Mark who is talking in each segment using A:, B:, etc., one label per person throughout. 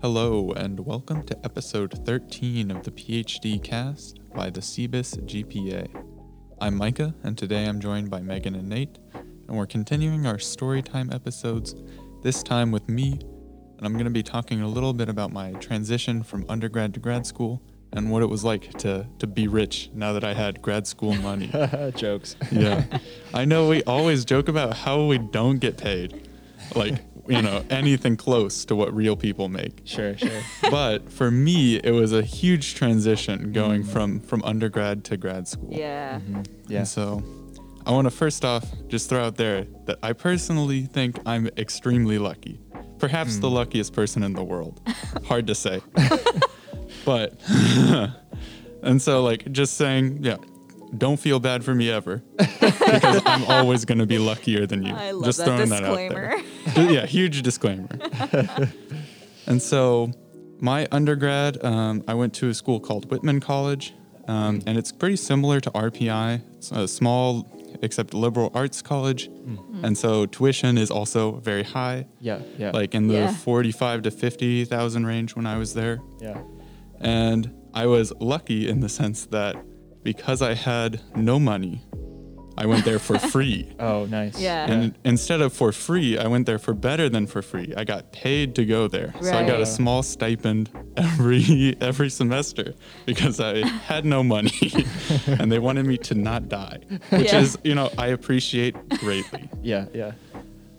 A: Hello, and welcome to episode 13 of the PhD cast by the CBIS GPA. I'm Micah, and today I'm joined by Megan and Nate, and we're continuing our storytime episodes, this time with me, and I'm going to be talking a little bit about my transition from undergrad to grad school and what it was like to, to be rich now that I had grad school money.
B: Jokes.
A: yeah. I know we always joke about how we don't get paid. Like, you know, anything close to what real people make.
B: Sure, sure.
A: But for me, it was a huge transition going from from undergrad to grad school.
C: Mm-hmm. Yeah.
B: Yeah.
A: And so I want to first off just throw out there that I personally think I'm extremely lucky. Perhaps
C: Hmm.
A: the luckiest person in the world. Hard to say. but and so like just saying, yeah, don't feel bad for me ever because I'm always going to be luckier than you.
C: I love
A: just
C: that
A: throwing
C: disclaimer.
A: that out there. yeah, huge disclaimer. And so, my undergrad, um, I went to a school called Whitman College, um, and it's pretty similar to RPI. It's a small, except liberal arts college, and so tuition is also very high,
B: Mm. Yeah, yeah.
A: like in the
C: Yeah.
A: forty-five to fifty thousand range when I was there.
B: yeah.
A: And I was lucky in the sense that because I had no money, I went there for free.
B: Oh, nice.
C: Yeah.
A: And instead of for free, I went there for better than for free. I got paid to go there. So I got a
C: Right.
A: small stipend every every semester because I had no money and they wanted me to not die, which
C: Yeah.
A: is, you know, I appreciate greatly.
B: Yeah, yeah.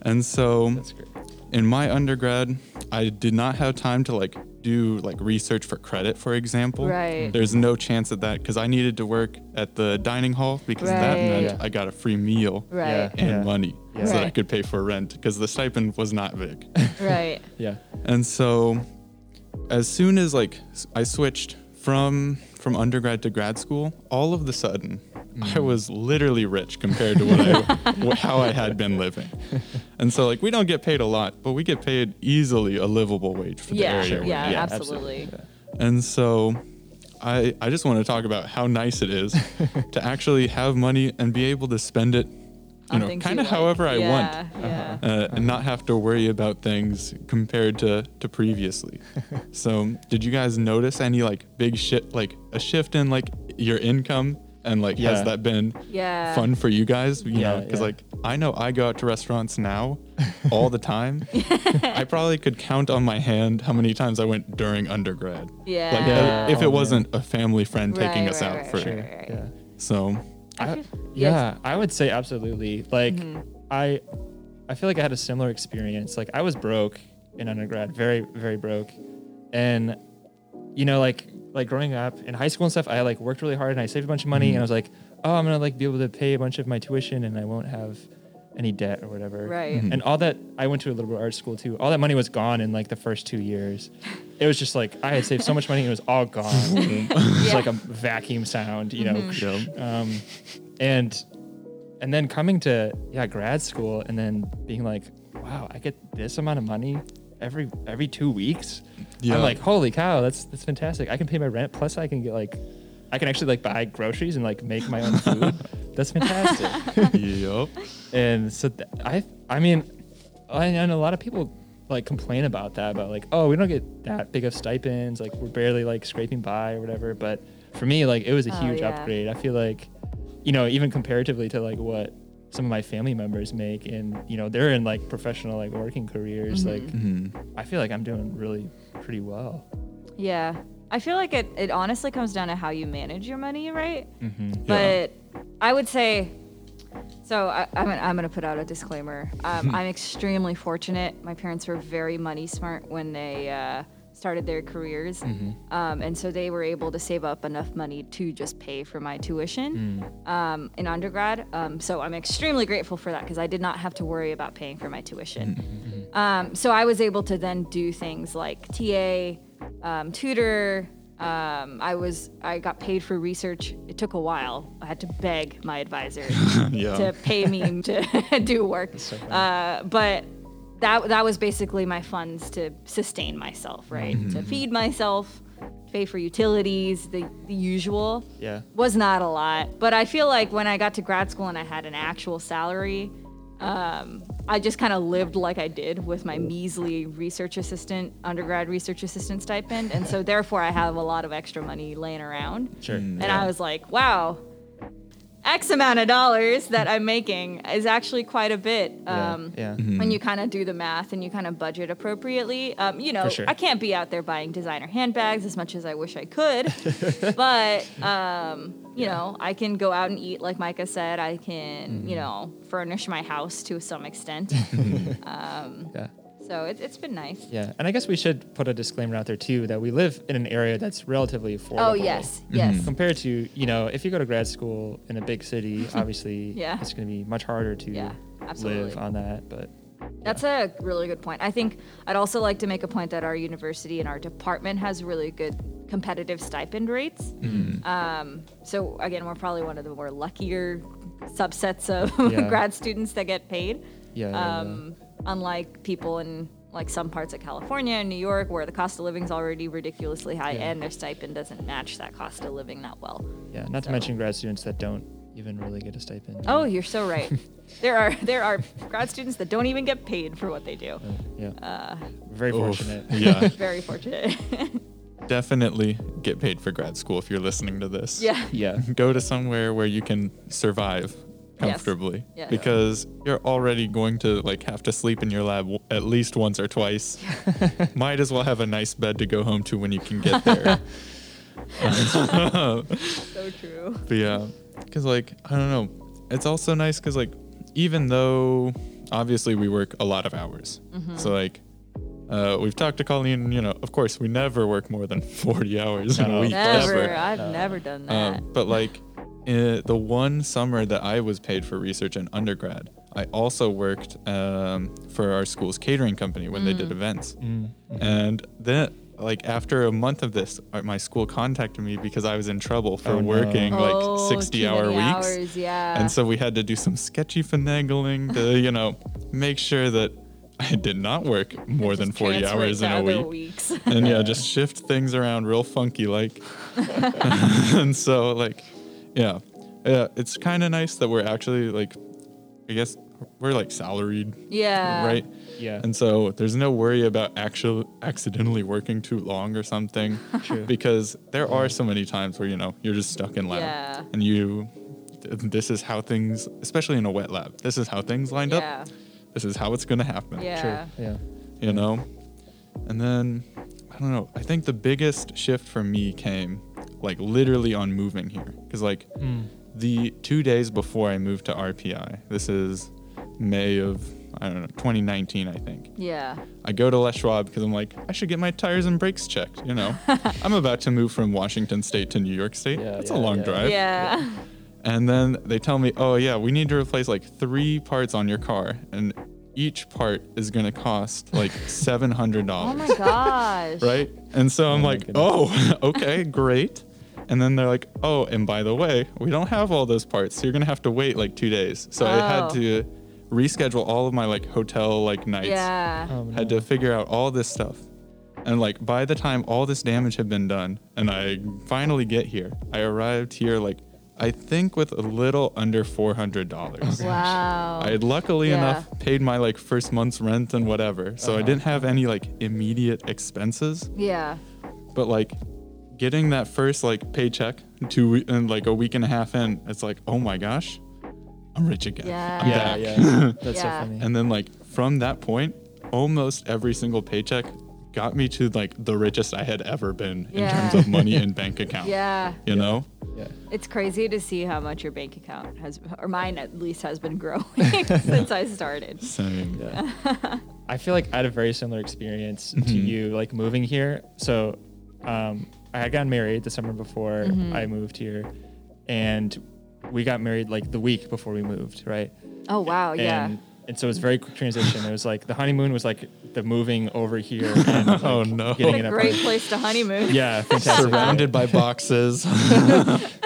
A: And so
B: That's great.
A: in my undergrad, I did not have time to like do like research for credit, for example.
C: Right.
A: There's no chance of that because I needed to work at the dining hall because that
C: Right.
A: meant
B: Yeah.
A: I got a free meal
C: Right.
A: and
B: Yeah.
A: money
B: Yeah.
A: so that I
C: Right.
A: could pay for rent because the stipend was not big.
C: Right.
B: Yeah.
A: and so as soon as like s- I switched from from undergrad to grad school, all of the sudden
B: Mm.
A: I was literally rich compared to what I wh- how I had been living. And so like we don't get paid a lot, but we get paid easily a livable wage for
C: Yeah.
A: the area. we're
C: Yeah.
A: in.
C: absolutely.
A: And so I I just want to talk about how nice it is to actually have money and be able to spend it you
C: On
A: know,
C: things
A: kind of
C: like.
A: however I want
C: yeah, Yeah.
A: uh, and not have to worry about things compared to, to previously. so, did you guys notice any like big shit, like a shift in like your income? And like, has
B: Yeah.
A: that been
C: Yeah.
A: fun for you guys? You know,
B: Yeah,
A: because
B: yeah.
A: like I know I go out to restaurants now all the time. I probably could count on my hand how many times I went during undergrad.
C: Yeah.
A: Like,
B: Yeah.
A: if
B: Oh,
A: it
B: man.
A: wasn't a family friend taking
C: Right,
A: us
C: right,
A: out
C: right,
A: for.
C: right, right.
B: Yeah.
A: So,
C: I
B: I-
C: feel-
B: yeah, I would say absolutely. Like
C: Mm-hmm.
B: I I feel like I had a similar experience. Like I was broke in undergrad, very very broke. And you know like like growing up in high school and stuff, I like worked really hard and I saved a bunch of money and I was like, "Oh, I'm going to like be able to pay a bunch of my tuition and I won't have any debt or whatever."
C: Right.
A: Mhm.
B: And all that I went to a liberal arts school too. All that money was gone in like the first 2 years. It was just like I had saved so much money and it was all gone. it was
C: Yeah. Mm-hmm.
B: like a vacuum sound, you know.
A: yeah.
B: Um, and and then coming to yeah grad school and then being like wow i get this amount of money every every two weeks
A: Yeah.
B: i'm like holy cow that's that's fantastic i can pay my rent plus i can get like i can actually like buy groceries and like make my own food that's fantastic
A: yep.
B: and so th- i i mean I, and a lot of people like complain about that about like oh we don't get that big of stipends like we're barely like scraping by or whatever but for me like it was a
C: Oh,
B: huge
C: yeah.
B: upgrade i feel like you know even comparatively to like what some of my family members make and you know they're in like professional like working careers
C: Mm-hmm.
B: like i feel like i'm doing really pretty well
C: Yeah. I feel like it, it honestly comes down to how you manage your money, right?
A: Yeah.
C: But I would say, so I, I'm, gonna, I'm gonna put out a disclaimer. Um, I'm extremely fortunate. My parents were very money smart when they uh, started their careers, um, and so they were able to save up enough money to just pay for my tuition um, in undergrad. Um, so I'm extremely grateful for that because I did not have to worry about paying for my tuition. Um, so I was able to then do things like TA, um, tutor. Um, I was I got paid for research. It took a while. I had to beg my advisor
A: Yeah.
C: to pay me to do work. uh, but that that was basically my funds to sustain myself, right? To feed myself, pay for utilities, the, the usual
B: yeah
C: was not a lot. But I feel like when I got to grad school and I had an actual salary, Um, I just kind of lived like I did with my measly research assistant, undergrad research assistant stipend. And so, therefore, I have a lot of extra money laying around.
B: Sure.
C: And I was like, wow, X amount of dollars that I'm making is actually quite a bit.
B: Yeah,
C: Um,
B: yeah. Mm-hmm.
C: When you kind of do the math and you kind of budget appropriately, um, you know,
B: For sure.
C: I can't be out there buying designer handbags as much as I wish I could, but um, you know, I can go out and eat, like Micah said. I can,
B: Mm-hmm.
C: you know, furnish my house to some extent.
B: yeah.
C: so it, it's been nice.
B: Yeah. And I guess we should put a disclaimer out there too that we live in an area that's relatively affordable.
C: Oh yes,
A: Mm-hmm.
C: yes.
B: Compared to, you know, if you go to grad school in a big city, obviously
C: Yeah.
B: it's going to be much harder to
C: Yeah, absolutely.
B: live on that. But
C: That's a really good point. I think I'd also like to make a point that our university and our department has really good competitive stipend rates.
B: Mm.
C: Um, so again, we're probably one of the more luckier subsets of
B: Yeah.
C: grad students that get paid.
B: yeah. yeah, yeah.
C: Um, unlike people in like some parts of California and New York, where the cost of living's already ridiculously high,
B: Yeah. Mm.
C: and their stipend doesn't match that cost of living that well.
B: Yeah, not
C: So-
B: to mention grad students that don't even really get a stipend.
C: Oh, you're so right. there are there are grad students that don't even get paid for what they do.
B: yeah. Very
A: Oof.
B: fortunate.
A: Yeah.
C: Uh, Very fortunate.
A: Definitely get paid for grad school if you're listening to this.
C: yeah.
B: Yeah.
A: Go to somewhere where you can survive comfortably
C: Yes.
A: because you're already going to like have to sleep in your lab w- at least once or twice. Might as well have a nice bed to go home to when you can get there. Um,
C: So true.
A: But yeah, because like I don't know, it's also nice because like even though obviously we work a lot of hours, so like uh, we've talked to Colleen. You know, of course we never work more than forty hours in a
B: No.
A: week.
C: Never.
A: ever.
C: I've
B: No.
C: never done that.
A: Um, but like uh, the one summer that I was paid for research in undergrad, I also worked um, for our school's catering company when they did
C: Mm.
A: events.
B: Mm, mm-hmm.
A: And then, like after a month of this, uh, my school contacted me because I was in trouble for
B: Oh, no.
A: working
C: Oh,
A: like 60
C: too
A: hour
C: many
A: weeks.
C: hours, yeah.
A: And so we had to do some sketchy finagling to, you know, make sure that I did not work more than
C: Just
A: 40
C: transfer it
A: hours
C: to
A: in a
C: other
A: week
C: Weeks.
A: and yeah, just shift things around real funky like. and so like, yeah, yeah, it's kind of nice that we're actually like, I guess we're like salaried,
C: yeah.
A: right?
B: Yeah.
A: And so there's no worry about actual accidentally working too long or something,
B: True.
A: because there are so many times where you know you're just stuck in lab
C: Yeah.
A: and you. th- This is how things, especially in a wet lab. This is how things lined
C: Yeah.
A: up. This is how it's gonna happen
C: Yeah.
B: True. Yeah.
A: you know and then i don't know i think the biggest shift for me came like literally on moving here because like
B: Mm.
A: the two days before i moved to rpi this is may of i don't know 2019 i think
C: Yeah.
A: i go to les schwab because i'm like i should get my tires and brakes checked you know i'm about to move from washington state to new york state
B: Yeah,
A: that's a
B: yeah,
A: long
B: yeah.
A: drive
C: Yeah.
A: and then they tell me, oh, yeah, we need to replace like three parts on your car. And each part is going to cost like $700.
C: Oh my gosh.
A: right? And so I'm
B: my
A: like,
B: goodness.
A: oh, okay, great. And then they're like, oh, and by the way, we don't have all those parts. So you're going to have to wait like two days. So I had
C: Oh.
A: to reschedule all of my like hotel like nights.
C: Yeah.
B: Um,
A: Had to figure out all this stuff. And like by the time all this damage had been done and I finally get here, I arrived here like I think with a little under four hundred dollars.
C: wow.
A: I had luckily
C: Yeah.
A: enough paid my like first month's rent and whatever. So I
B: Uh-huh.
A: didn't have any like immediate expenses.
C: yeah.
A: But like getting that first like paycheck two we- and like a week and a half in, it's like, oh my gosh, I'm rich again. I'm
C: Yeah.
A: back.
B: yeah. Yeah. That's
C: Yeah.
B: so funny.
A: And then like from that point, almost every single paycheck got me to like the richest I had ever been in
C: Yeah.
A: terms of money and bank account.
C: Yeah.
A: You know?
B: yeah.
C: It's crazy to see how much your bank account has, or mine at least, has been growing since I started.
A: Same.
B: Yeah. I feel like I had a very similar experience to
A: Mm-hmm.
B: you, like moving here. So, um, I had gotten married the summer before
C: Mm-hmm.
B: I moved here, and we got married like the week before we moved, right?
C: Oh wow. Yeah.
B: And, and so it was a very quick transition. It was like the honeymoon was like the moving over here. And, like,
A: Oh, no.
B: Getting
A: What
B: it
C: a
B: up.
C: great place to honeymoon.
B: Yeah, fantastic.
A: Surrounded by boxes.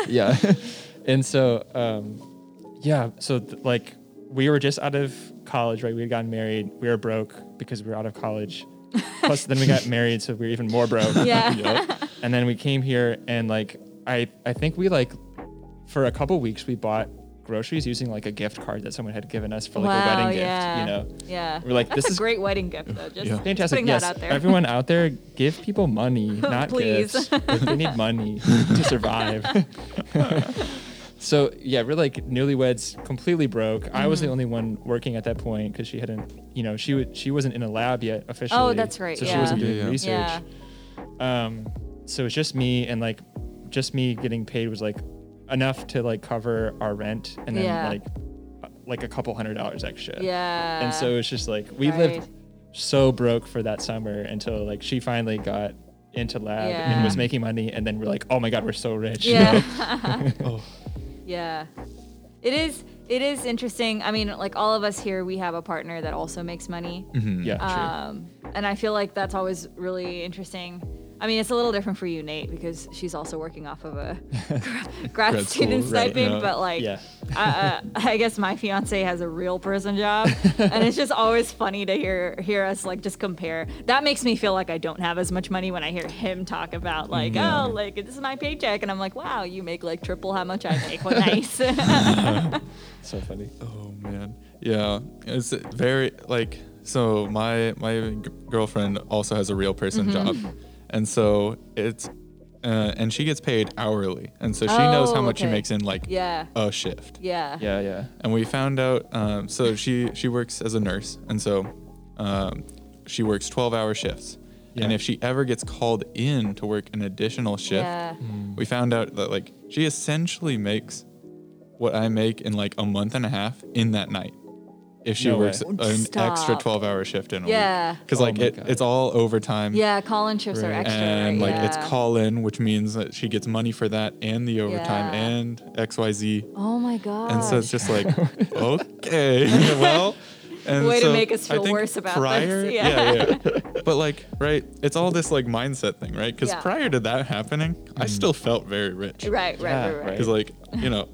B: yeah. and so, um, yeah, so th- like we were just out of college, right? We had gotten married. We were broke because we were out of college. Plus, then we got married, so we were even more broke.
C: Yeah.
B: And then we came here, and like I, I think we like for a couple weeks we bought groceries using like a gift card that someone had given us for like
C: wow,
B: a wedding
C: yeah.
B: gift, you know.
C: Yeah.
B: We're like,
C: That's
B: this
C: a
B: is-
C: great wedding gift, though. Just
A: Yeah.
B: Fantastic.
C: putting
B: Yes.
C: that out there.
B: Everyone out there, give people money, not
C: Please.
B: gifts. they need money to survive. so yeah, we're like newlyweds, completely broke. I was
C: Mm-hmm.
B: the only one working at that point because she hadn't, you know, she w- she wasn't in a lab yet officially.
C: Oh, that's right,
B: So she
C: yeah.
B: wasn't doing
A: Yeah, yeah.
B: research.
C: Yeah.
B: Um, so it's just me and like, just me getting paid was like enough to like cover our rent and then
C: Yeah.
B: like, uh, like a couple hundred dollars extra.
C: Yeah.
B: And so it's just like we
C: Right.
B: lived so broke for that summer until like she finally got into lab
C: Yeah.
B: and was making money and then we're like, oh my god, we're so rich. you know?
C: Yeah.
A: Oh.
C: yeah. It is. It is interesting. I mean, like all of us here, we have a partner that also makes money.
A: Mm-hmm.
B: yeah, true.
C: Um, and I feel like that's always really interesting. I mean, it's a little different for you, Nate, because she's also working off of a grad,
A: Grad
C: student
A: school, right,
C: stipend.
A: yeah.
C: But like,
B: Yeah.
C: I, uh, I guess my fiance has a real person job, and it's just always funny to hear hear us like just compare. That makes me feel like I don't have as much money when I hear him talk about like,
A: Mm,
B: Yeah.
C: oh, like this is my paycheck, and I'm like, wow, you make like triple how much I make. What nice.
B: So funny.
A: Oh man, yeah, it's very like so. My my g- girlfriend also has a real person
C: Mm-hmm.
A: job, and so it's uh, and she gets paid hourly, and so she knows how
C: Oh,
A: much she
C: okay.
A: makes in like
C: yeah.
A: a shift.
C: Yeah.
B: Yeah, yeah.
A: And we found out. Um, so she she works as a nurse, and so um, she works twelve hour shifts. And
B: Yeah.
A: if she ever gets called in to work an additional shift,
C: Yeah.
B: Mm.
A: we found out that like she essentially makes what I make in like a month and a half in that night. If she
B: No way.
A: works an extra
C: Stop.
A: 12 hour shift in a
C: Yeah.
A: Because
B: Oh
A: like
B: my
A: it,
B: God.
A: it's all overtime.
C: Yeah, call-in shifts are
B: Right.
C: extra.
A: And
C: right?
A: like it's
C: Yeah.
A: call in, which means that she gets money for that and the overtime
C: Yeah.
A: and XYZ.
C: Oh my god.
A: And so it's just like, okay, well. And
C: Way to
A: so
C: make us
A: I
C: feel
A: think
C: worse about this,
A: prior,
C: yeah.
A: yeah, yeah. But like, right, it's all this like mindset thing, right? Because
C: Yeah.
A: prior to that happening, I still felt very rich.
C: right, right,
B: Yeah,
C: right, right.
A: Because like you know,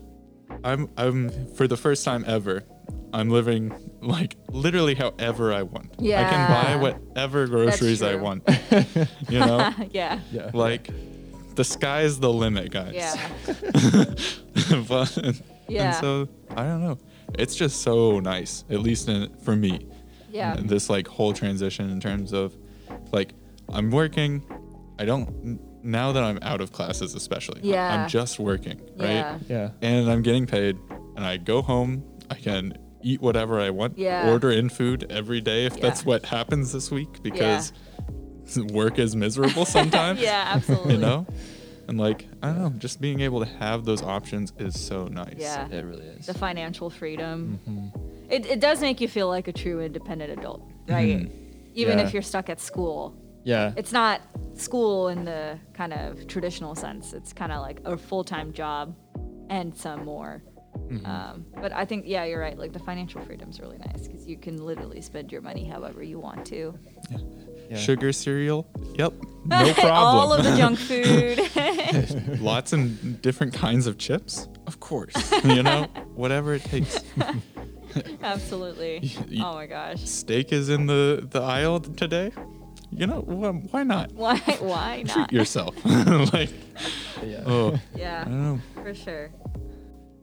A: I'm I'm for the first time ever, I'm living like literally however I want. I
C: Yeah.
A: can buy whatever groceries I
C: true.
A: want. you know,
C: yeah.
B: Yeah.
A: like the sky's the limit, guys.
C: Yeah.
A: But- And
C: Yeah.
A: so I don't know. It's just so nice, at least in, for me,
C: Yeah.
A: this like whole transition in terms of like I'm working. I don't n- now that I'm out of classes, especially. I-
C: Yeah.
A: I'm just working, right?
C: Yeah.
B: Yeah.
A: and I'm getting paid, and I go home. I can eat whatever I want,
C: Yeah.
A: order in food every day if that's
C: Yeah.
A: what happens this week because work is miserable sometimes.
C: Yeah, absolutely.
A: You know? And like, I don't know, just being able to have those options is so nice.
C: Yeah.
B: It really is.
C: The financial freedom. It, it does make you feel like a true independent adult, right? Even
B: Yeah.
C: if you're stuck at school.
B: Yeah.
C: It's not school in the kind of traditional sense. It's kind of like a full-time job and some more. Um, but I think yeah, you're right. Like the financial freedom's really nice because you can literally spend your money however you want to.
B: yeah.
A: Sugar cereal? Yep. No problem.
C: All of the junk food.
A: Lots and different kinds of chips? Of course. you know, whatever it takes.
C: Absolutely.
A: you-
C: oh my gosh.
A: Steak is in the, the aisle today? You know, wh- why not?
C: Why? Why
A: Treat
C: not?
A: yourself. like,
B: Yeah.
A: oh, I
C: Yeah,
A: don't know.
C: for sure.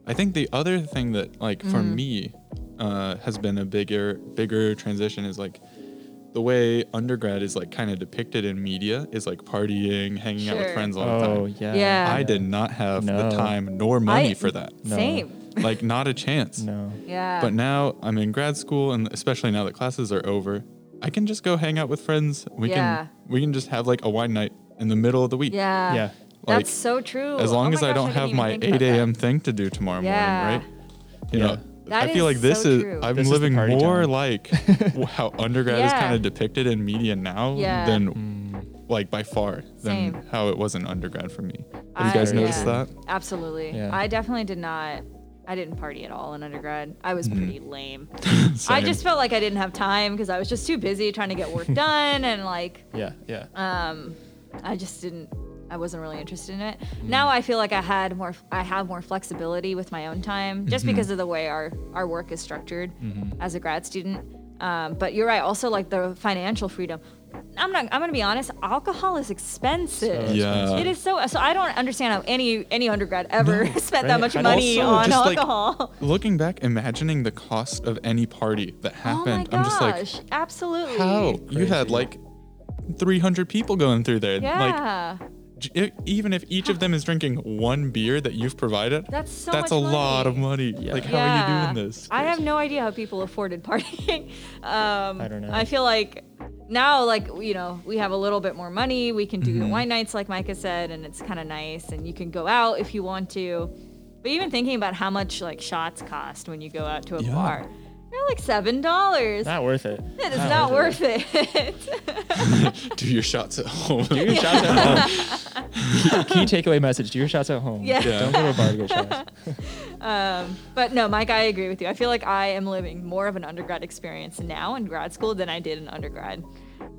A: I think the other thing that like for
C: Mm.
A: me uh, has been a bigger bigger transition is like the way undergrad is like kind of depicted in media is like partying, hanging out with
C: Sure.
A: friends all the
B: Oh
A: time.
B: yeah.
C: Yeah.
A: I did not have
B: No.
A: the time nor money
C: I-
A: for that.
B: No.
C: Same.
A: like not a chance.
B: No.
C: Yeah.
A: But now I'm in grad school and especially now that classes are over, I can just go hang out with friends. We
C: Yeah.
A: can we can just have like a wine night in the middle of the week.
C: yeah.
B: Yeah.
A: Like,
C: That's so true.
A: As long
C: Oh
A: as I
C: my gosh,
A: don't
C: didn't
A: have
C: even
A: my
C: think
A: 8
C: about that.
A: a.m. thing to do tomorrow
C: Yeah.
A: morning, right? You
B: Yeah.
A: know,
C: That
A: I feel
C: is
A: like this
C: so
A: is,
C: true.
A: I'm
B: This is the
A: living
B: party
A: more
B: time.
A: like how undergrad is
C: Yeah.
A: kind of depicted in media now
C: Yeah. Mm.
A: than, like, by far, than
C: Same.
A: how it was in undergrad for me. Have
C: I-
A: you guys
B: yeah.
A: noticed that?
C: Absolutely.
B: Yeah.
C: I definitely did not. I didn't party at all in undergrad. I was pretty lame. I
A: Mm-hmm. Same.
C: just felt like I didn't have time because I was just too busy trying to get work done and like
B: Yeah. Yeah.
C: um i just didn't i wasn't really interested in it
A: Mm.
C: now i feel like i had more i have more flexibility with my own time just
A: Mm-hmm.
C: because of the way our our work is structured as a grad student um, but you're right also like the financial freedom I'm not. I'm gonna be honest. Alcohol is expensive.
B: So
A: Yeah.
C: It is so. So I don't understand how any any undergrad ever
A: No,
C: spent
B: right?
C: that much
B: I don't-
C: money
A: Also,
C: on
A: just, like,
C: alcohol.
A: Looking back, imagining the cost of any party that
C: oh my
A: happened, I'm just like,
C: gosh! absolutely.
A: how you had
B: Crazy.
A: like 300 people going through there. Like
C: Yeah.
A: j- e- even if each of them is drinking one beer that you've provided,
C: That's so
A: that's
C: much
A: a lot of money.
B: Yeah.
A: Like how are
C: yeah.
A: you doing this?
C: I have no idea how people afforded partying. um,
B: I don't know.
C: I feel like now, like you know, we have a little bit more money. We can do
A: Mm-hmm.
C: wine nights, like Micah said, and it's kind of nice. And you can go out if you want to. But even thinking about how much like shots cost when you go out to a
A: Yeah.
C: bar, they're like seven dollars.
B: Not worth it.
C: It is not worth it.
A: do your shots at home.
B: Do your shots at home. key, key takeaway message: Do your shots at home.
C: Yeah.
B: Don't go to a bar to get shots.
C: Um, but no, Mike, I agree with you. I feel like I am living more of an undergrad experience now in grad school than I did in undergrad.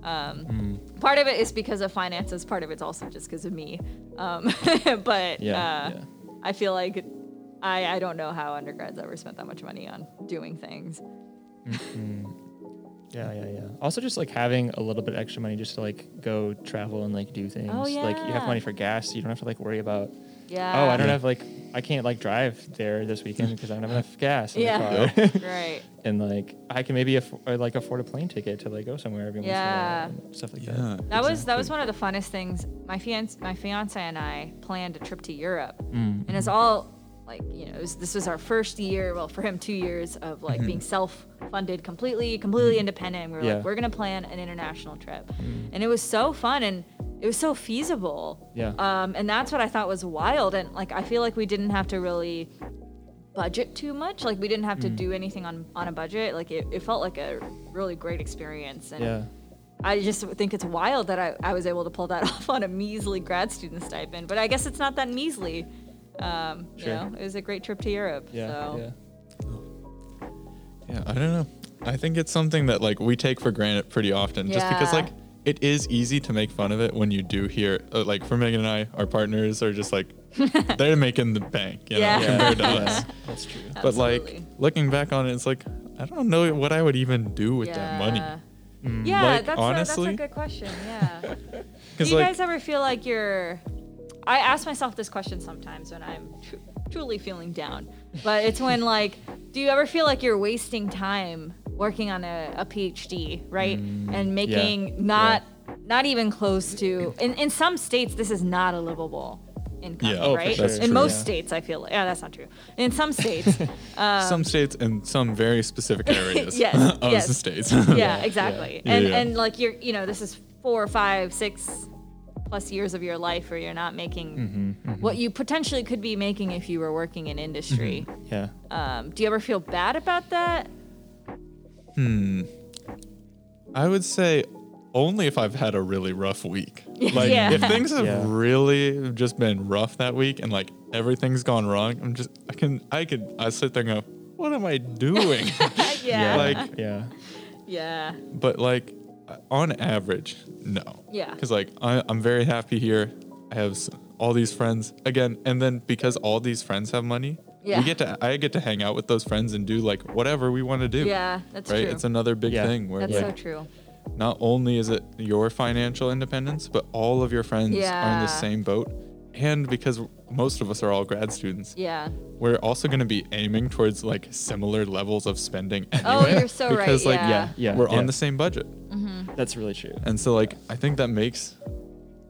C: Um,
B: Hmm.
C: Part of it is because of finances. Part of it's also just because of me. Um, but
B: Yeah,
C: uh,
B: yeah.
C: I feel like I, I don't know how undergrads ever spent that much money on doing things.
B: Yeah, yeah, yeah. Mm-hmm. Also, just like having a little bit extra money just to like go travel and like do things.
C: Oh,
B: Like you have
C: yeah.
B: money for gas. You don't have to like worry about.
C: Yeah.
B: Oh, I don't
A: Yeah.
B: have like I can't like drive there this weekend because I don't have enough gas in
C: Yeah.
B: the car.
C: Right.
B: and like I can maybe aff- or, like afford a plane ticket to like go somewhere every
C: Yeah.
B: once in a while and stuff like
A: Yeah.
B: that.
C: That was that was one of the funnest things. My fiance, my fiance and I planned a trip to Europe,
B: Mm,
C: and
B: mm-hmm.
C: it's all like you know it was, this was our first year. Well, for him, two years of like being self-funded completely, completely independent. And we were
B: Mm-hmm. Yeah. Mm.
C: like, we're gonna plan an international trip, and it was so fun and it was so feasible.
B: Yeah.
C: Um, and that's what I thought was wild, and like I feel like we didn't have to really budget too much. Like we didn't have to
B: Mm.
C: do anything on on a budget. Like it, it felt like a really great experience. And
B: Yeah.
C: I just think it's wild that I, I was able to pull that off on a measly grad student stipend, but I guess it's not that measly. Um,
B: Sure.
C: You know, it was a great trip to Europe.
B: Yeah.
C: so.
B: yeah.
A: Yeah, I don't know. I think it's something that like we take for granted pretty often, just because
C: Yeah.
A: like it is easy to make fun of it when you do hear. Uh, like for Megan and I, our partners are just like they're making the bank, you
C: Yeah.
A: know,
C: Yeah.
A: compared to
B: Yeah,
A: us.
B: That's true.
A: But like
C: Absolutely.
A: looking back on it, it's like I don't know what I would even do with that
C: Yeah.
A: money. Mm,
C: Yeah,
A: Like,
C: that's, a,
A: honestly-
C: that's a good question. Yeah. Do
A: Because
C: you
A: like
C: guys ever feel like you're? I ask myself this question sometimes when I'm tr- truly feeling down, but it's when like, do you ever feel like you're wasting time working on a, a PhD, right? and making not not even close to. In in some states, this is not a livable income,
A: Yeah. Oh, for
C: right?
B: sure. That's
C: in
B: true,
C: most
B: yeah.
C: states, I feel. Yeah, that's not true. In some states,
A: some states and some very specific areas
C: um, Yes,
A: of
C: yes.
A: the states.
C: yeah, exactly.
A: Yeah,
C: And
A: yeah.
C: and like you're, you know, this is four, five, six plus years of your life where you're not making what you potentially could be making if you were working in industry.
B: Yeah.
C: Um, do you ever feel bad about that?
A: I would say only if I've had a really rough week. Like
C: Yeah.
A: if things have
B: Yeah.
A: really just been rough that week and like everything's gone wrong, I'm just I can I could I sit there and go, what am I doing?
C: yeah.
A: Like-
B: yeah.
C: yeah.
A: but like on average, no.
C: Yeah.
A: Because like I, I'm very happy here. I have s- all these friends again, and then because all these friends have money,
C: Yeah.
A: we get to I get to hang out with those friends and do like whatever we want to do.
C: Yeah, that's
A: Right,
C: true.
A: it's another big
B: Yeah.
A: thing where
C: that's
A: like
C: so true.
A: not only is it your financial independence, but all of your friends are in
C: Yeah.
A: the same boat. And because most of us are all grad students,
C: Yeah.
A: we're also going to be aiming towards like similar levels of spending anyway.
C: Oh, you're so right.
A: because like
C: yeah.
B: yeah.
A: we're
B: yeah.
A: on the same budget,
B: That's really true.
A: and so like I think that makes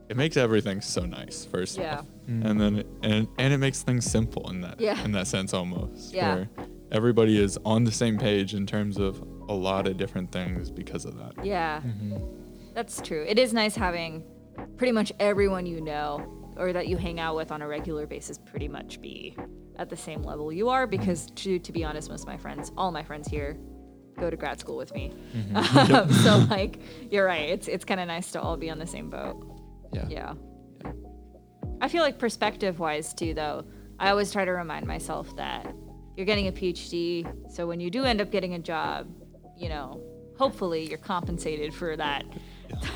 A: it makes everything so nice first
C: Yeah.
A: off,
B: Mm.
A: and then and and it makes things simple in that
C: Yeah.
A: in that sense almost
C: Yeah.
A: where everybody is on the same page in terms of a lot of different things because of that.
C: Yeah. That's true. It is nice having pretty much everyone you know or that you hang out with on a regular basis pretty much be at the same level you are because to to be honest, most of my friends, all my friends here go to grad school with me. Um, so like you're right. It's it's kind of nice to all be on the same boat.
B: Yeah.
C: Yeah. I feel like perspective wise too though. I always try to remind myself that you're getting a PhD, so when you do end up getting a job, you know, hopefully you're compensated for that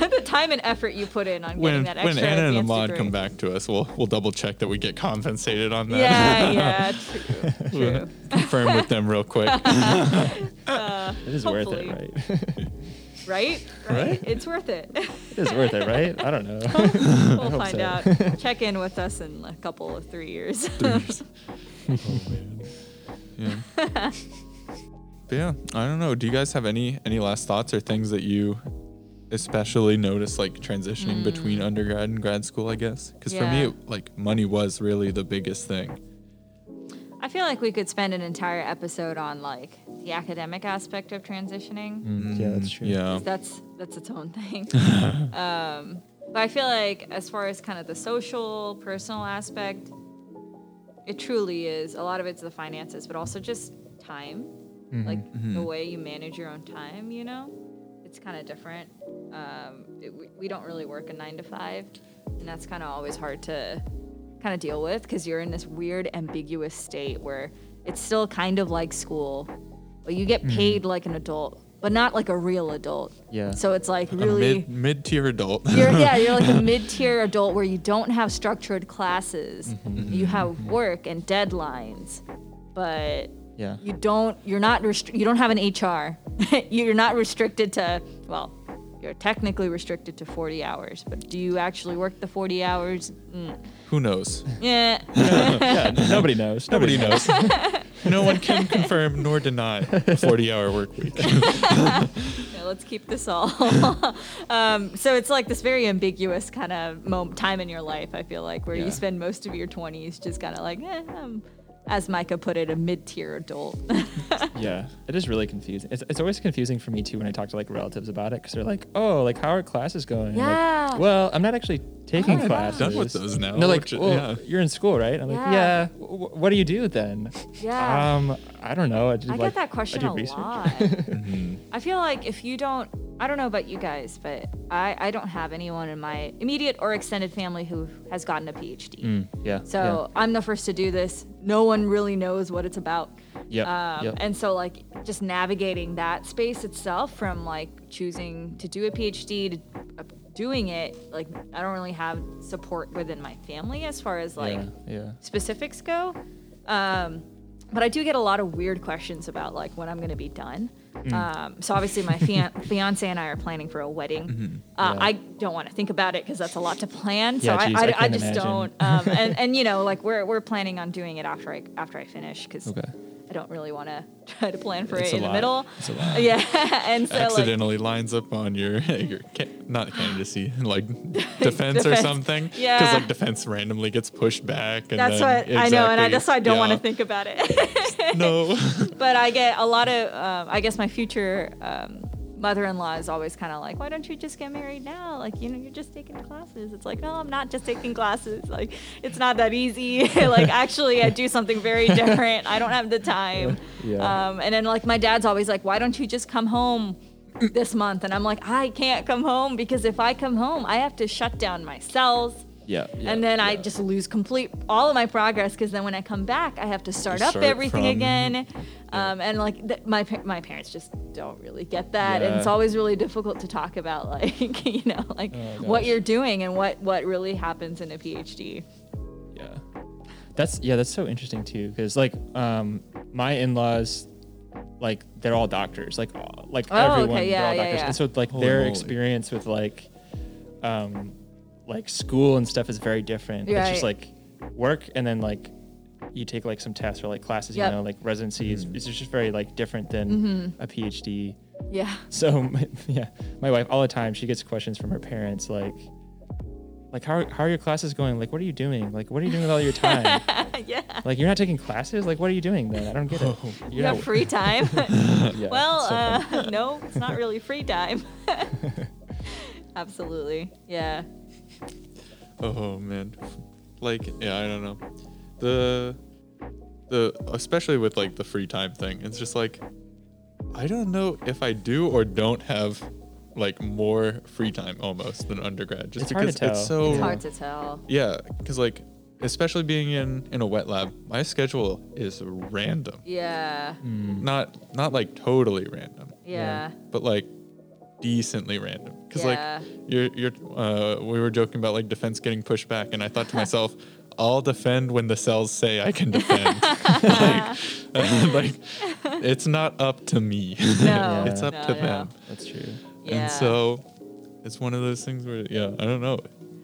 C: the time and effort you put in on
A: when
C: getting that
A: when
C: extra
A: Anna and
C: advanced
A: Ahmad
C: degree.
A: come back to us, we'll we'll double check that we get compensated on that.
C: Yeah, yeah, true, true.
A: Confirm with them real quick.
B: It is worth it, right?
C: Right?
A: Right?
C: It's worth it.
B: It is worth it, right? I don't know.
C: we'll
B: hope
C: find
B: so.
C: out. Check in with us in a couple of three years.
A: Yeah. but yeah, I don't know. Do you guys have any any last thoughts or things that you especially notice like transitioning between undergrad and grad school? I guess because for me,
C: Mm. Yeah.
A: it, like money was really the biggest thing.
C: I feel like we could spend an entire episode on like the academic aspect of transitioning.
B: Yeah, that's true.
A: Mm, Yeah.
C: That's that's its own thing. um, but I feel like as far as kind of the social, personal aspect, it truly is. A lot of it's the finances, but also just time, like the way you manage your own time. You know, it's kind of different. Um, it, we, we don't really work a nine to five, and that's kind of always hard to kind of deal with because you're in this weird ambiguous state where it's still kind of like school but you get paid like an adult but not like a real adult
B: Yeah.
C: so it's like
A: A
C: really
A: mid mid tier adult.
C: you're, yeah you're like a mid-tier adult where you don't have structured classes you have work and deadlines but
B: Yeah.
C: you don't you're not restri- you don't have an hr you're not restricted to well you're technically restricted to 40 hours but do you actually work the 40 hours mm,
A: Who knows?
C: yeah
B: yeah, n- nobody knows.
A: Nobody knows. no one can confirm nor deny a 40 hour work week.
C: Yeah, let's keep this all. um, so it's like this very ambiguous kind of mom- time in your life. I feel like where
A: Yeah.
C: you spend most of your 20s just kind of like, eh, I'm, as Micah put it, a mid-tier adult.
B: Yeah, it is really confusing. It's, it's always confusing for me too when I talk to like relatives about it because they're like, "Oh, like how are classes going?" I'm like,
C: Yeah. Oh,
B: well, I'm not actually taking
C: I'm
B: classes.
A: done with those now,
B: And they're like,
A: which is-
B: "Well,
A: yeah.
B: you're in school, right?" I'm
C: Yeah.
B: like, "Yeah. W- what do you do then?"
C: Yeah.
B: Um, I don't know. I, do,
C: I
B: like,
C: get that question
B: I do
C: a
B: research.
C: lot.
A: Mm-hmm.
C: I feel like if you don't, I don't know about you guys, but I, I don't have anyone in my immediate or extended family who has gotten a PhD.
B: Mm, yeah.
C: So I'm the first to do this. No one really knows what it's about.
B: Yep,
C: Um,
B: yep.
C: And so, like, just navigating that space itself from like choosing to do a PhD to uh, doing it, like, I don't really have support within my family as far as
B: yeah.
C: like
B: yeah, yeah.
C: specifics go. Um, but I do get a lot of weird questions about like when I'm going to be done.
B: Mm.
C: Um, so obviously, my fian- fiance and I are planning for a wedding. Uh,
B: Mm-hmm. Yeah.
C: I don't want to think about it because that's a lot to plan. So
B: Yeah, geez,
C: I, I,
B: I
C: I,
B: can't
C: just
B: imagine.
C: don't. Um, and, and you know, like we're we're planning on doing it after I after I finish because
B: Okay.
C: I don't really want to try to plan for
B: It's
C: it
B: a
C: in the
B: lot.
C: middle.
B: It's a lot.
C: Yeah, and so like,
A: Accidentally lines up on your your ca- not candidacy like defense, or
C: Defense.
A: something.
C: Yeah.
A: Because like defense randomly gets pushed back. And
C: that's
A: then,
C: what I know, and I
A: exactly,
C: that's why I don't want
A: yeah.
C: to think about it.
A: No.
C: but I get a lot of, um, I guess my future um, mother-in-law is always kind of like, why don't you just get married now? Like, you know, you're just taking classes. It's like, no, I'm not just taking classes. Like, it's not that easy. like, actually, I do something very different. I don't have the time.
B: Yeah.
C: Um, and then like my dad's always like, why don't you just come home? this month and I'm like I can't come home because if I come home I have to shut down my cells
B: yeah, yeah,
C: and then I
B: yeah.
C: just lose complete all of my progress because then when I come back, I have to start up
A: Start
C: everything
A: from-
C: again. Um, and like th- my pa- my parents just don't really get that, and it's
B: Yeah.
C: always really difficult to talk about like you know like
B: Oh,
C: what
B: gosh.
C: you're doing and what what really happens in a PhD.
B: Yeah. That's yeah, that's so interesting too cuz like um my in-laws like they're all doctors. Like all- like
C: Oh, okay,
B: everyone
C: yeah,
B: they're all
C: yeah,
B: doctors.
C: yeah.
B: And so like
A: Holy
B: their
A: moly.
B: experience with like um like school and stuff is very different. It's just
C: Right.
B: like work and then like you take like some tests or like classes,
C: Yep. Mm-hmm.
B: you know, like residencies.
A: Mm-hmm.
B: It's just very like different than a PhD.
C: Yeah,
B: So my, yeah, my wife all the time she gets questions from her parents like like how are, how are your classes going? Like what are you doing? Like what are you doing with all your time?
C: yeah.
B: Like you're not taking classes? Like what are you doing then? I don't get it.
C: You have free time.
B: Yeah,
C: Oh. well,
B: so-
C: uh, no, it's not really free time. Absolutely, yeah.
A: Oh man, like yeah, I don't know. The the especially with like the free time thing, it's just like I don't know if I do or don't have like more free time almost than undergrad, just
B: It's hard to
A: because it's
B: tell.
A: so
C: It's hard to tell.
A: yeah, because like especially being in in a wet lab, my schedule is random,
C: Yeah,
B: Mm,
A: Mm. not not like totally random,
C: yeah.
A: but like decently random because
C: Yeah.
A: like you're you're uh, we were joking about like defense getting pushed back and i thought to myself i'll defend when the cells say i can defend like, like it's not up to me
C: No,
A: it's up
C: no,
A: to
C: no.
A: them
B: That's true.
C: Yeah.
A: and so It's one of those things where, yeah, I don't know.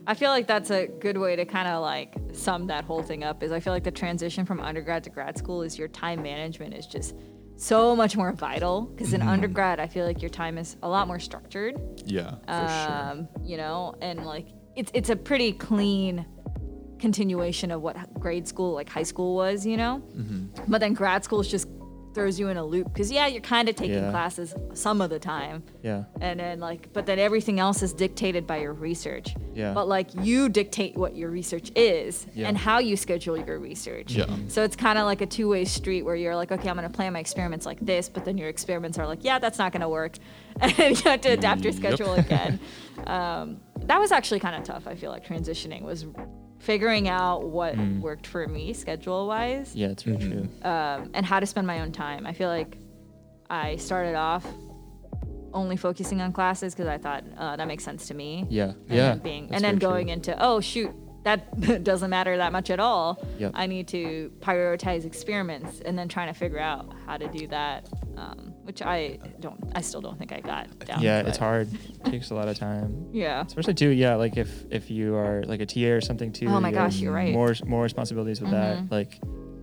C: I feel like that's a good way to kind of like sum that whole thing up. Is I feel like the transition from undergrad to grad school is your time management is just so much more vital because
A: Mm-hmm.
C: in undergrad I feel like your time is a lot more structured.
A: Yeah, for sure.
C: Um, you know, and like it's it's a pretty clean continuation of what h- grade school like high school was, you know.
A: Mm-hmm.
C: But then grad school is just throws you in a loop because yeah, you're kind of taking
B: Yeah.
C: classes some of the time
B: Yeah.
C: and then like but then everything else is dictated by your research
B: Yeah.
C: but like you dictate what your research is
B: Yeah.
C: and how you schedule your research
A: Yeah.
C: so it's kind of like a two-way street where you're like okay i'm going to plan my experiments like this but then your experiments are like yeah that's not going to work and you have to adapt your
A: Yep.
C: schedule again um, that was actually kind of tough i feel like transitioning was figuring out what worked for me schedule wise
B: Yeah, it's really true.
C: um, and how to spend my own time. I feel like I started off only focusing on classes because I thought uh, that makes sense to me.
B: Yeah.
C: And
B: yeah.
C: Then being,
B: that's
C: and
B: very
C: then
B: true.
C: going into oh shoot, that doesn't matter that much at all.
B: Yep.
C: I need to prioritize experiments and then trying to figure out how to do that, um, which I don't. I still don't think I got down.
B: Yeah,
C: but-
B: it's hard. It takes a lot of time.
C: Yeah.
B: especially too yeah like if if you are like a ta or something too
C: Oh my
B: you
C: gosh,
B: have
C: you're right. Mm-hmm.
B: more more responsibilities with that like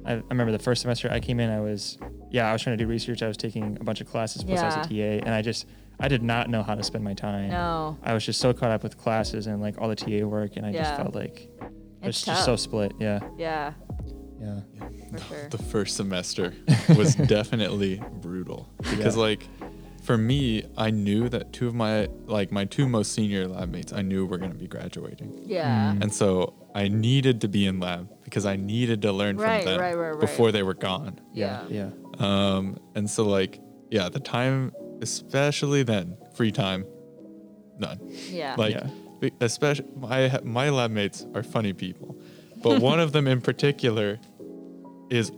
B: I, I remember the first semester i came in i was yeah i was trying to do research i was taking a bunch of classes plus i was a ta and i just i did not know how to spend my time
C: No.
B: i was just so caught up with classes and like all the ta work and i just
C: Yeah.
B: felt like I was
C: It's
B: just so
C: tough.
B: split yeah
C: Yeah.
B: yeah
C: For sure.
A: The first semester was definitely brutal because,
B: Yeah.
A: like, for me, I knew that two of my like my two most senior lab mates, I knew were gonna be
C: Mm-hmm.
A: graduating,
C: Yeah.
A: and so I needed to be in lab because I needed to learn
C: Right,
A: from them
C: right, right, right.
A: before they were gone.
B: yeah yeah
A: Um, and so like, yeah, the time, especially then, free time, none.
C: Yeah.
A: Like,
B: Yeah.
A: especially my ha- my lab mates are funny people, but one of them in particular is,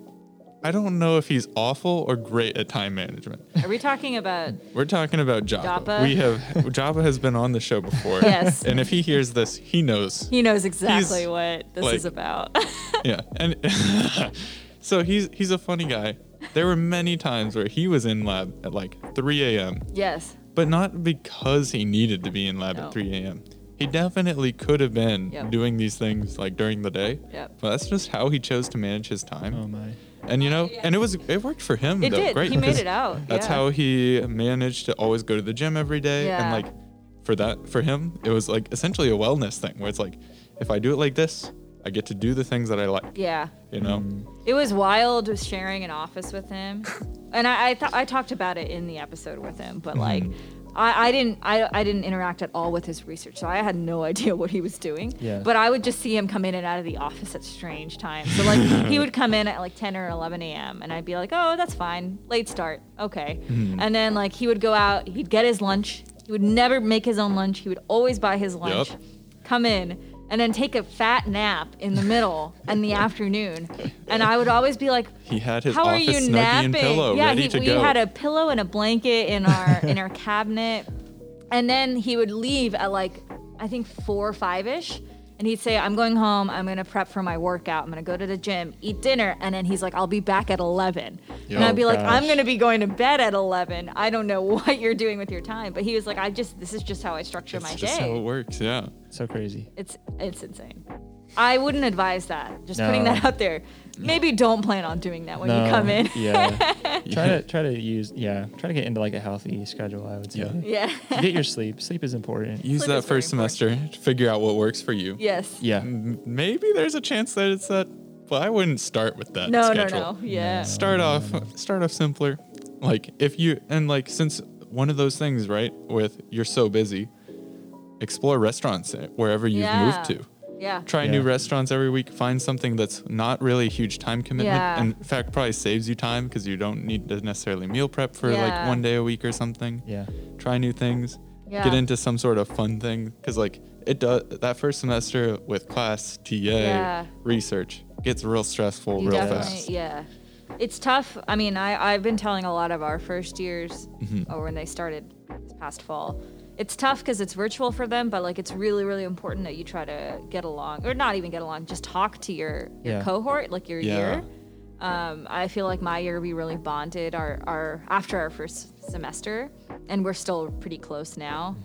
A: I don't know if he's awful or great at time management.
C: Are we talking about?
A: We're talking about Joppa.
C: Joppa?
A: We have Joppa has been on the show before.
C: Yes.
A: And if he hears this, he knows.
C: He knows exactly what this
A: like-
C: is about.
A: yeah and so he's he's a funny guy there were many times where he was in lab at like 3 a.m
C: yes.
A: but not because he needed to be in lab
C: No.
A: at 3 a.m he definitely could have been
C: Yep.
A: doing these things like during the day
C: Yep.
A: but that's just how he chose to manage his time
B: oh my
A: and you know and it was it worked for him
C: It
A: though
C: did.
A: Hmm, great
C: He made
A: because
C: it out.
A: that's
C: yeah.
A: how he managed to always go to the gym every day
C: Yeah.
A: and like for that for him it was like essentially a wellness thing where it's like if i do it like this i get to do the things that i like
C: Yeah.
A: you know
C: It was wild just sharing an office with him. and I I, th- I talked about it in the episode with him, but like
A: Hmm.
C: I, I didn't I, I didn't interact at all with his research, so I had no idea what he was doing.
B: Yeah.
C: But I would just see him come in and out of the office at strange times. So like he would come in at like 10 or 11 a.m. and I'd be like, oh, that's fine, late start, okay.
A: Hmm.
C: And then like he would go out, he'd get his lunch. He would never make his own lunch. He would always buy his lunch.
A: Yup.
C: come in and then take a fat nap in the middle in the afternoon. And I would always be like,
A: He had his
C: "How are
A: office
C: you
A: snuggie
C: napping?"
A: and pillow
C: yeah,
A: ready
C: he,
A: to
C: we
A: go.
C: had a pillow and a blanket in our in our cabinet. And then he would leave at like I think 4 or 5ish. And he'd say, I'm going home. I'm going to prep for my workout. I'm going to go to the gym, eat dinner. And then he's like, I'll be back at 11. and
A: Yo.
C: I'd be like, I'm
B: Gosh.
C: going to be going to bed at 11. I don't know what you're doing with your time. But he was like, I just, this is just how I structure
A: it's
C: my
A: just
C: day.
A: how it works. Yeah.
B: so crazy
C: It's it's insane. I wouldn't advise that. Just putting
B: No.
C: that out there. Maybe don't plan on doing that when you come in.
B: yeah try to try to use yeah try to get into like a healthy schedule i would say
A: Yeah.
C: Yeah.
B: get your sleep sleep is
A: Use
B: important
C: Sleep is
A: that
C: very
A: first semester to figure out what works for you.
C: yes.
B: yeah
A: M- Maybe there's a chance that it's that, but I wouldn't start with that.
C: No,
A: schedule.
C: no, no. Yeah.
A: Start off, start off simpler. Like if you and like since one of those things, right? With you're so busy, explore restaurants eh, wherever you've
C: yeah.
A: moved to.
C: Yeah.
A: Try new
B: Yeah.
A: restaurants every week. Find something that's not really a huge time commitment.
C: Yeah.
A: In fact, probably saves you time because you don't need to necessarily meal prep for
C: Yeah.
A: like one day a week or something.
B: yeah
A: try new things,
C: Yeah.
A: get into some sort of fun thing. Cause like it does that first semester with class, TA,
C: Yeah.
A: research gets real stressful
C: You
A: real
C: definitely,
A: fast.
C: Yeah. It's tough. I mean, I, I've been telling a lot of our first years, or when they started this past fall, it's tough because it's virtual for them, but like it's really, really important that you try to get along, or not even get along, just talk to your, your
B: Yeah.
C: cohort, like your
A: Yeah.
C: year. Um, I feel like my year we really bonded our, our after our first semester, and we're still pretty close now.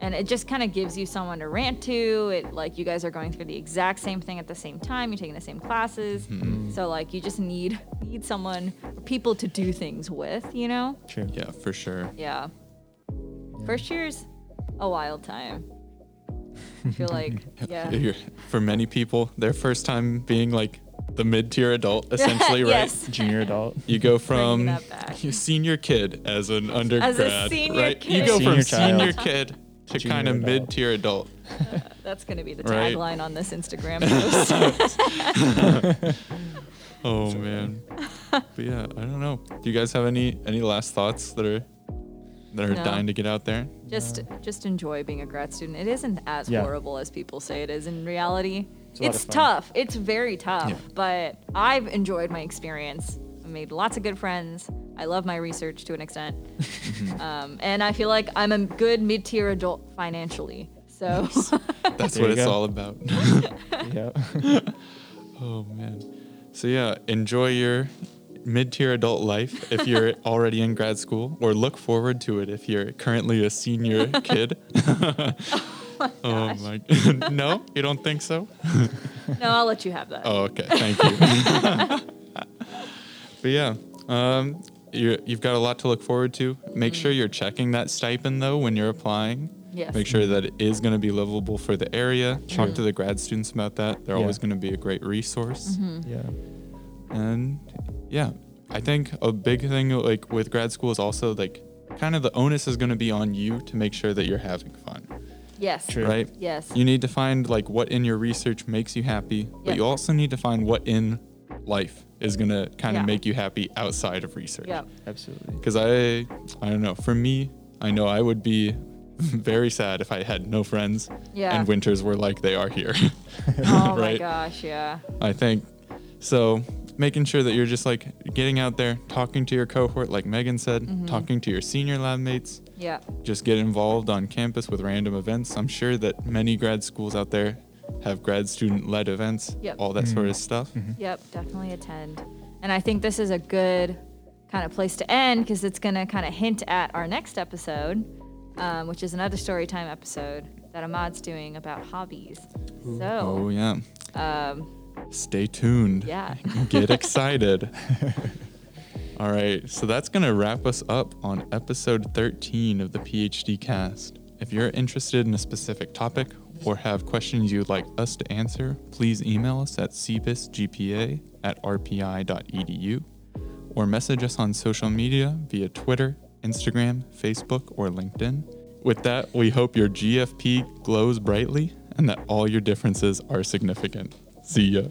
C: and it just kind of gives you someone to rant to it like you guys are going through the exact same thing at the same time you're taking the same classes
A: Mm-hmm.
C: so like you just need need someone or people to do things with you know
B: True.
A: Yeah, for sure.
C: yeah first year's a wild time i feel like yeah
A: You're- for many people, their first time being like the mid tier adult, essentially, right?
C: yes.
B: Junior adult.
A: You go
C: Bringing
A: from
C: that back.
A: senior kid as an undergrad,
C: senior
A: right? You
C: kid.
A: go from
B: Senior child.
A: senior kid to
B: Junior
A: kind of
B: adult.
A: mid tier adult.
C: That's going to be the
A: Right.
C: tagline on this Instagram post.
A: Oh man. but yeah, I don't know. Do you guys have any any last thoughts that are that are
C: No.
A: dying to get out there?
C: just just enjoy being a grad student. It isn't as
B: Yeah.
C: horrible as people say it is in reality.
B: It's a lot
C: It's,
B: of fun.
C: tough. It's very tough,
A: Yeah.
C: but I've enjoyed my experience. I made lots of good friends. I love my research to an extent. um, and I feel like I'm a good mid-tier adult financially. So
A: That's what
B: There you
A: it's
B: go.
A: all about.
B: yeah.
A: oh man. So yeah, enjoy your mid-tier adult life if you're already in grad school or look forward to it if you're currently a senior kid. oh my No, you don't think so?
C: no, I'll let you have that.
A: Oh, okay. Thank you. but yeah, um, you you've got a lot to look forward to. Make sure you're checking that stipend though when you're applying.
C: Yes.
A: Make sure that it is going to be livable for the area. Talk
B: True.
A: to the grad students about that. They're
B: Yeah.
A: always going to be a great resource.
B: Yeah.
A: And yeah, I think a big thing like with grad school is also like kind of the onus is going to be on you to make sure that you're having fun,
C: Yes.
B: True.
A: right?
C: Yes.
A: You need to find like what in your research makes you happy, but
C: Yep.
A: you also need to find what in life is gonna kind of
C: Yeah.
A: make you happy outside of research.
C: Yep.
B: Absolutely.
A: Because I, I don't know. For me, I know I would be very sad if I had no friends.
C: Yeah.
A: And winters were like they are here.
C: Oh my
A: Right.
C: gosh, yeah.
A: I think. So making sure that you're just like getting out there, talking to your cohort, like Megan said,
C: Mm-hmm.
A: talking to your senior lab mates,
C: Yeah.
A: just get involved on campus with random events. I'm sure that many grad schools out there have grad student led events,
C: Yep. Mm-hmm.
A: all that sort of stuff.
C: Yep, definitely attend. And I think this is a good kind of place to end because it's going to kind of hint at our next episode, um, which is another story time episode that Ahmad's doing about hobbies.
A: Oh,
C: So,
A: yeah.
C: um,
A: Stay tuned.
C: yeah.
A: Get excited. all right. So that's going to wrap us up on episode 13 of the PhD cast. If you're interested in a specific topic or have questions you'd like us to answer, please email us at cbisgpa at rpi.edu E or message us on social media via Twitter, Instagram, Facebook, or LinkedIn. With that, we hope your GFP glows brightly and that all your differences are significant. See ya.